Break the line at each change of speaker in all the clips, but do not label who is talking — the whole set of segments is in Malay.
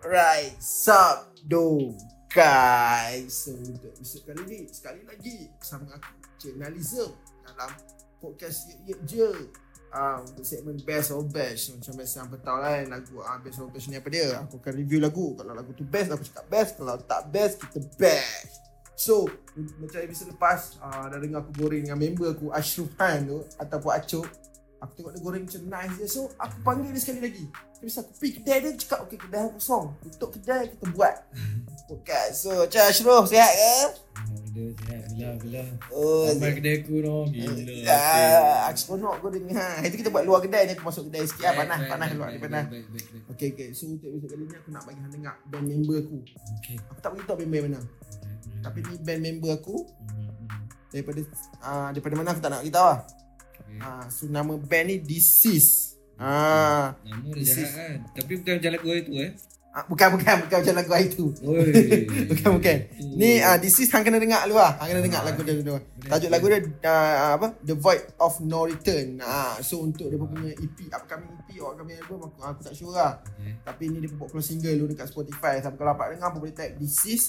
Right, Sabdo guys. So, untuk episod kali ni, sekali lagi bersama aku, Channalism dalam podcast Yip Yip Je. Ah, untuk segmen Best of Best Macam biasa yang petang kan Lagu ah, Best of Best ni apa dia Aku akan review lagu Kalau lagu tu best Aku cakap best Kalau tak best Kita best So Macam episod lepas ah, Dah dengar aku goreng dengan member aku Ashraf Khan tu Ataupun Acok Aku tengok dia goreng macam nice je So aku panggil dia sekali lagi Terus aku pergi kedai dia Cakap okay kedai aku kosong Tutup kedai kita buat Podcast So macam Ashraf sihat ke?
Benda sihat bila bila
Oh
Sampai kedai aku no Gila
Ah, aku seronok kau dengar. Ha, Itu kita buat luar kedai ni aku masuk kedai sikit ah, panas panas luar ni panas.
Okay
Okey okey. So untuk episod kali ni aku nak bagi hang dengar band member aku. Aku tak beritahu band band mana. Tapi ni band member aku daripada ah, daripada mana aku tak nak beritahu lah. Ah, so nama band ni Disease. Ah,
Nama dia jahat kan Tapi bukan macam lagu itu eh
ah, bukan bukan bukan macam lagu hari tu.
Oi
Bukan bukan. Ni ah Disease hang kena dengar dulu lah. Hang kena dengar lagu dia dulu. Tajuk lagu dia uh, apa The Void of No Return. Ah so untuk dia punya EP upcoming EP or upcoming album aku, aku tak sure lah. Tapi ni dia buat keluar single dulu dekat Spotify. Siapa kalau dapat dengar aku boleh tag This Is.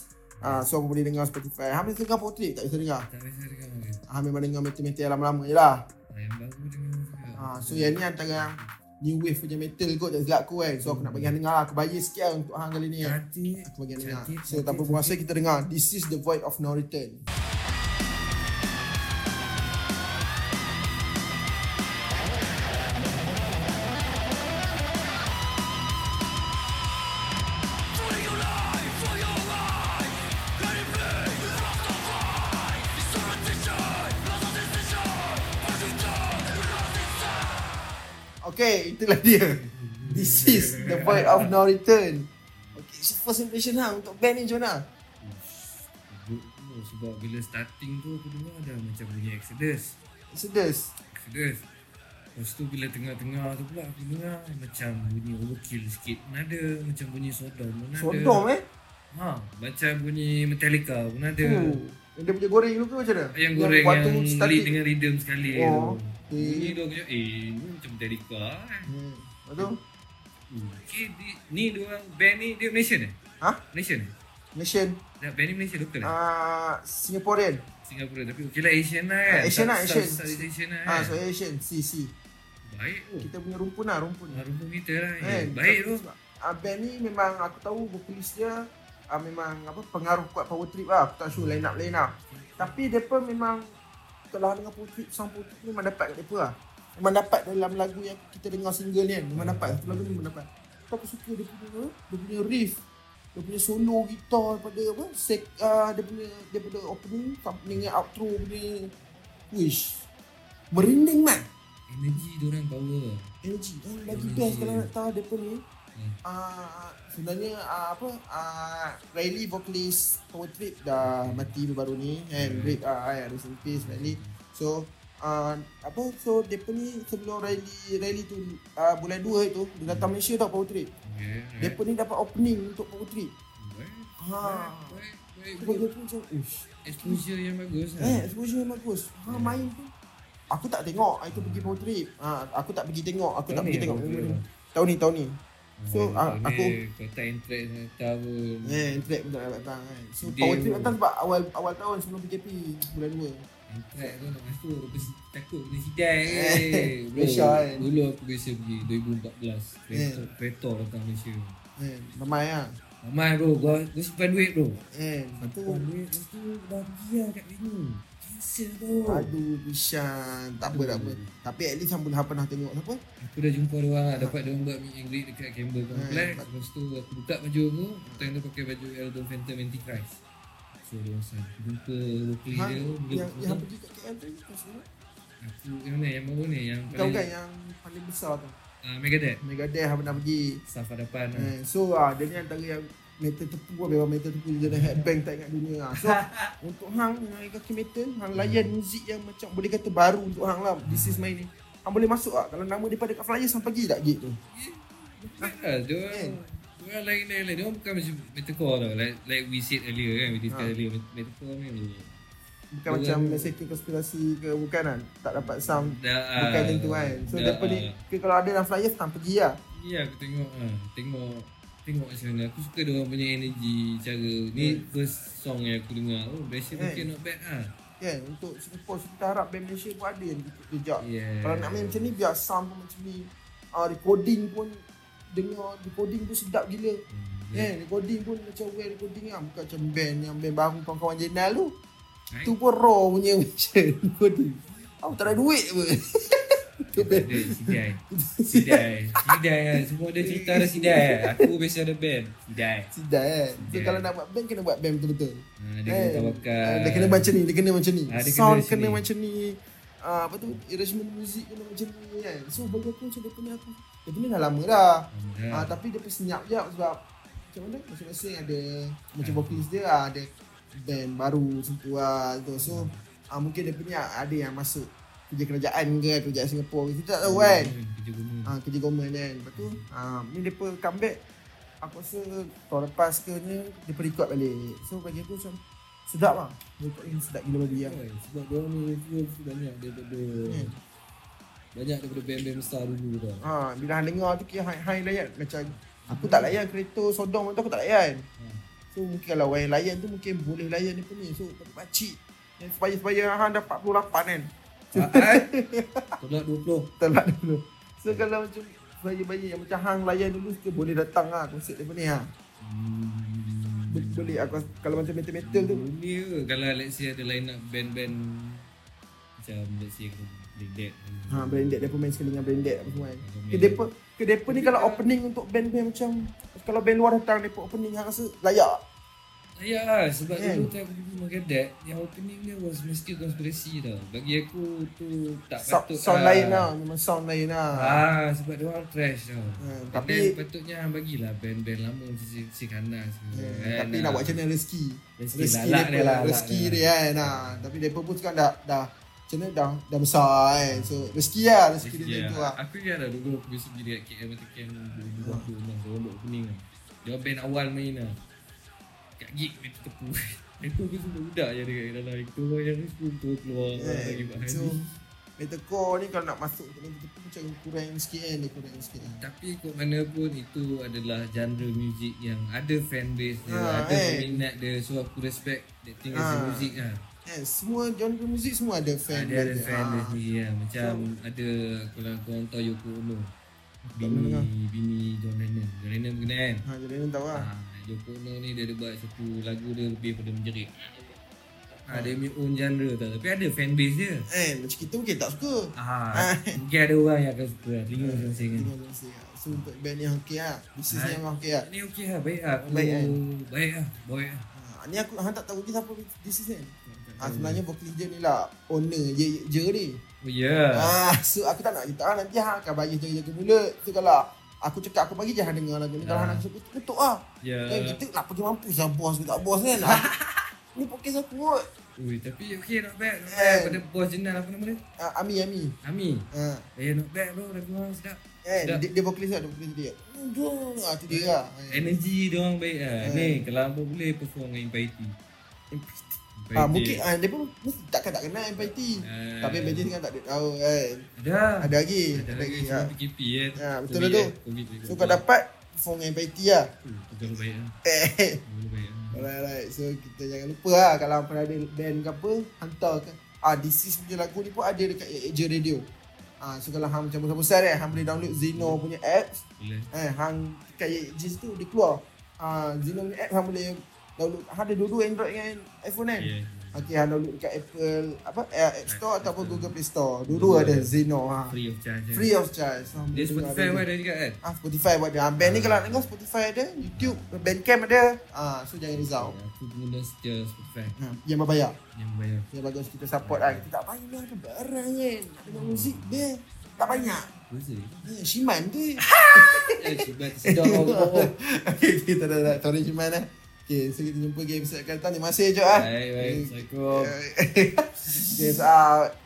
Ah so aku boleh dengar Spotify. Hang boleh dengar portrait tak bisa dengar.
Tak biasa dengar
Hang memang dengar metal-metal lama-lama je lah.
Yang baru dengar juga
Ah so yang ni antara yang new wave punya metal kot tak silap aku kan. So aku nak bagi hang dengar lah. Aku bayar sikit lah untuk hang kali ni. Kan.
Cantik
Aku bagi hang dengar.
Cantik,
So tanpa
cantik,
buang masa kita dengar This Is The Void of No Return. Okay, itulah dia. This is the void of no return. Okay, so first impression hang untuk band ni macam mana?
Good tu Sebab bila starting tu Aku dengar dah macam bunyi Exodus
Sedus.
Exodus Lepas tu bila tengah-tengah tu pula aku dengar macam bunyi overkill sikit pun ada Macam bunyi Sodom pun ada
Sodom eh.
Ha, macam bunyi Metallica pun ada.
Hmm. Yang dia punya goreng dulu ke macam mana?
Yang goreng yang,
waktu
lead
starting.
dengan rhythm sekali
Oh,
tu.
okey.
Bunyi tu aku cakap, eh ni macam Metallica kan.
Hmm. Lepas tu?
Okay, di, ni dua orang band ni dia Malaysian eh?
Ha?
Malaysian eh?
Nation.
Dah, band ni Malaysia lokal eh?
Ah, Singaporean.
Singapura tapi okey lah Asian lah kan.
Ah, Asian lah,
South-
Asian.
South- South Asian lah kan.
Ah, so Asian. Si, si.
Baik tu.
Kita punya rumpun lah, rumpun.
Oh. Rumah kita lah. Eh.
Kan?
Baik tu.
Ah, band ni memang aku tahu vokalis dia ah, memang apa pengaruh kuat power trip lah. Aku tak sure line up lain lah. Tapi depa memang kalau dengan Putri Sang Putri tu memang dapat kat depa lah. Memang dapat dalam lagu yang kita dengar single ni kan. Memang dapat satu lagu ni memang dapat. Tapi aku suka dia punya dia punya riff. Dia punya solo gitar daripada apa sek, uh, dia punya daripada opening sampai dengan outro punya wish. Merinding man.
Energi diorang power.
Energy dan lagi
Energy.
best kalau nak tahu depa ni
Hmm.
Ah, sebenarnya ah, apa ah, Riley vokalis Power Trip dah mati baru ni and
Hmm.
break ah uh, rest in peace Riley so ah, apa so depa ni sebelum Riley Riley tu ah, bulan 2 tu dia datang
Hmm.
Malaysia tau Power Trip
Okay. Right.
depa ni dapat opening untuk Power Trip
Baik.
ha
Baik. Baik.
sebab
Baik.
dia pun macam ush
Exposure yang bagus lah.
Eh, exposure yang bagus. Ha,
Hmm.
main tu. Aku tak tengok. Aku pergi power trip. Ha, aku tak pergi tengok. Aku tak
Tahun
pergi
ni lah.
tengok.
aku
Tahun ni,
tengok.
tahun ni. Tahun ni. So,
Oh,
ah,
ni
aku-
Kau tak interest dengan kita pun
Eh, track pun tak nak datang kan. So,
Dia
power trip
pun.
datang sebab awal awal tahun sebelum PKP. Bulan 2.
Interest tu lepas tu Aku pes- takut kena sidai
Eh,
Bro,
Malaysia kan.
Dulu aku biasa pergi 2014 Kereta
Eh.
kereta datang Malaysia
Eh, ramai lah.
Ramai ah. bro Gua, gua simpan duit bro
Eh, lepas tu.
Simpan duit Lepas tu dah pergi lah kat venue Cancel bro
Aduh, Bishan. Tak apa, tak apa.
Hmm.
Tapi at least hang pun- hang pernah tengok siapa?
Aku dah jumpa orang lah Dapat dia buat meet and greet Dekat Canberra
Hmm.
Complex
lepas-
Lepas tu aku buka baju aku Time tu pakai baju album Phantom Antichrist So dia sang Aku jumpa Locally
Hang,
dia
Ha?
Bila
yang,
aku-
yang pergi kat KL tu. kat sana.
Aku yang mana yang baru ni Yang
Tahu
paling
kan yang paling besar tu.
Ah, Megadeth
Megadeth hang pernah pergi.
Staff hadapan lah.
Eh, so ah dia ni antara yang metal tepu lah memang metal tepu dia dah headbang tak ingat dunia lah. So untuk hang hang kaki metal, hang
Hmm.
layan muzik yang macam boleh kata baru untuk hang lah. This is my ni. Hang boleh masuk ah kalau nama daripada kat flyer sampai pergi tak gig tu.
Ah, dia
Kan?
orang dia orang lain lain lain. Dia orang bukan macam metalcore tau. Like, like we said earlier kan, we discussed
Ha.
earlier. Met- Metalcore ni ni.
Bukan macam sektor konspirasi ke bukan kan. Tak dapat sound
Dah, ah,
bukan tentu kan. So
dah,
depa ni
ah.
ke kalau ada dalam flyer hang pergi lah.
Ya, aku ha, tengok ah, tengok tengok sebenarnya aku suka dia orang punya energy cara ni
Hmm.
first song yang aku dengar oh Malaysia
Hmm.
okay not bad ah
Kan untuk Singapore so kita harap band Malaysia pun ada yang ikut jejak.
yeah
Kalau nak main macam ni biar sound pun macam ni. Uh, recording pun dengar recording pun sedap gila.
Hmm,
Yeah. Eh, recording pun macam well recording lah. Bukan macam band yang band baru kawan-kawan jenal tu.
Right?
Tu pun raw punya macam recording. Aku tak ada duit apa.
Tak ada, Sidai Sidai Sidai lah Semua ada cerita ada Sidai lah Aku biasa ada band Sidai
Sidai kan. So
Yeah.
kalau nak buat band kena buat band betul-betul.
Ah, Ada kena tawakal
ah, Dia kena macam ni, dia kena macam ni.
Ah, dia kena
Sound
macam
kena
ni.
macam ni. Ah, apa tu arrangement music kena macam ni kan. So bagi aku macam dia punya aku. Dia punya dah lama dah.
Ah,
Ah, tapi dia punya senyap-nyap sebab macam mana masing-masing ada macam vokalis dia ah, ada band baru sentuh ah tu. So ah, mungkin dia punya ada yang masuk kerja kerajaan ke kerja Singapura kita tak tahu kan.
Hmm, Kerja guna
Ah, kerja government kan. Lepas tu ah, ni depa comeback aku rasa tahun lepas ke ni depa record balik. So bagi aku macam sedap lah. Record ni sedap gila bagi ah.
Oi, Sebab dia ni influence banyak daripada
Hmm.
banyak daripada band-band besar dulu dah.
Ha, bila hang dengar tu kira hang, hang layan macam aku tak layan kereta sodong tu aku tak layan.
Ah,
So mungkin kalau orang yang layan tu mungkin boleh layan dia pun ni. So patut pakcik yang sebaya-sebaya hang dah 48 kan.
eh?
Tolak 20.
Terlak dulu. So kalau macam sebaya-sebaya yang macam hang layan dulu kita boleh datang lah konsert dia pun ni ha. Bo- Boleh aku kalau macam metal-metal tu.
Ni ke Kalau let's say ada line up band-band Macam let's say aku Big Dead
Ha branded dia pun main sekali dengan branded apa semua kan.
Komen.
Ke depa ke depa ni kalau opening untuk band-band macam kalau band luar datang depa opening hang rasa layak.
Ya lah, sebab
Kan?
dulu time aku pergi Magadat Yang opening dia was mesti konspirasi tau Bagi aku tu tak
Sound,
patut
sound lain lah, memang sound lain lah.
kan. Ah, sebab dia orang trash tau
Ha,
tapi
tapi
patutnya bagilah band-band lama macam si, si lah. Kanas
Yeah, Hmm, tapi nak buat macam mana rezeki
Kan, Rezeki
Rezeki
lalak
dia
dia lah,
Rezeki
lalak
dia kan ha. Tapi mereka pun sekarang dah Dah Macam mana dah Dah besar kan So rezeki lah Rezeki dia macam tu lah
Aku ingat dah dulu aku biasa pergi dekat KL Mata KL Dulu aku rumah Rombok Kuning lah Dia band awal main lah Kat gig dia tertepu Itu aku semua budak je dekat dalam Itu yang semua tu keluar
Yeah.
Lagi buat
Kan. So
hari
Metalcore ni kalau nak masuk Untuk metal tu macam kurang sikit kan Dia kurang sikit kan
Tapi ikut mana pun itu adalah genre muzik yang ada fan base dia,
Ha,
ada
eh.
peminat dia. So aku respect that thing as a
Ha.
music lah. Ah,
Eh, Semua genre muzik semua ada fan
ada ada fan base
ha.
sendiri lah. Macam ada kalau korang tahu Yoko Ono. Bini,
mendengar.
bini John Lennon. John Lennon berkenal kan?
Ha, jadi ni tahu lah
Ha, Yoko Ono ni dia ada buat satu lagu dia lebih pada menjerit. Ha, Dia punya own genre tau. Tapi ada fan base dia.
Eh macam kita mungkin tak suka
Ha, mungkin ada orang yang akan suka lah. Telinga masing-masing kan.
Tinggal jenis ni lah. So untuk band ni okey lah Bisnes ni
Ha.
memang okey lah
Ni okey lah, baik lah. Aku-
Baik kan?
Baik lah, baik lah.
Ha, ni aku hang tak tahu lagi siapa this is kan. Ha, sebenarnya vokalis dia ni lah owner je je ni.
Oh yeah.
Ha, so aku tak nak kita ha, nanti hang akan bagi jaga-jaga mula. Tu kalau aku cakap aku bagi je hang dengar lagu ni kalau
Ah.
hang nak suka kutuk ah.
Ya.
Kan kita lah pergi mampus lah bos aku tak bos kan. Ha, ni podcast aku kot.
Ui, tapi okey not bad. Not bad.
Eh.
Pada bos jenal apa nama dia?
Ha, Ami Ami.
Ami.
Ha.
Eh not bad bro, lagu hang sedap.
Eh,
Sedap.
dia, dia vokalis lah, dia vokalis dia. Jom. Ha, tu dia lah.
Energy dia orang baik lah.
Eh.
Ni kalau apa boleh perform dengan Impaiti. Impaiti.
Ha, mungkin ha, dia pun mesti takkan tak kenal MPT.
Eh.
Tapi MPT sekarang tak ada tahu kan.
ada.
Ada lagi.
Ada lagi
ha.
sebab PKP kan.
Ha, betul
Covid
lah tu.
kan, Covid juga.
So kau dapat Perform dengan MPT lah
Tu, tu Kalau baik lah.
Eh
Kalau baik lah.
Alright alright So kita jangan lupa lah Kalau pernah ada band ke apa Hantar ke Ah This is punya lagu ni pun ada dekat Eja Radio Ah, so kalau hang macam besar-besar eh, hang boleh download Zeno
Hmm.
punya apps
Boleh.
eh, hang dekat Yejiz tu dia keluar ah, Zeno punya apps hang boleh download hang ada dua-dua Android dengan iPhone kan
Yeah.
Okay, hang download dekat Apple apa eh, App Store ataupun
Apple.
Google Play Store dua-dua
Dua-dua
ada
ada.
Zeno ha.
Free of charge. kan.
free of charge so, hang
Dia
boleh dengar
Spotify
radio.
pun ada juga kan.
Ah Spotify buat dia. Ah, band ni kalau nak dengar Spotify ada, YouTube, Bandcamp ada. Ah so jangan risau.
Ya, Aku pengguna setia Spotify
Ah, yang berbayar.
yang bayar.
Yang bagus kita support ah. Kita tak payah nak ada barang kan. Nak dengar muzik dia tak banyak.
Berapa?
Eh, Shiman tu.
Eh, cuba sedap. Oh, oh, oh.
Okey, kita dah dah tahu Shiman lah. Okey, so eh. kita jumpa game episode akan datang. Terima kasih Jok ah.
Baik, baik. Assalamualaikum.
Games out.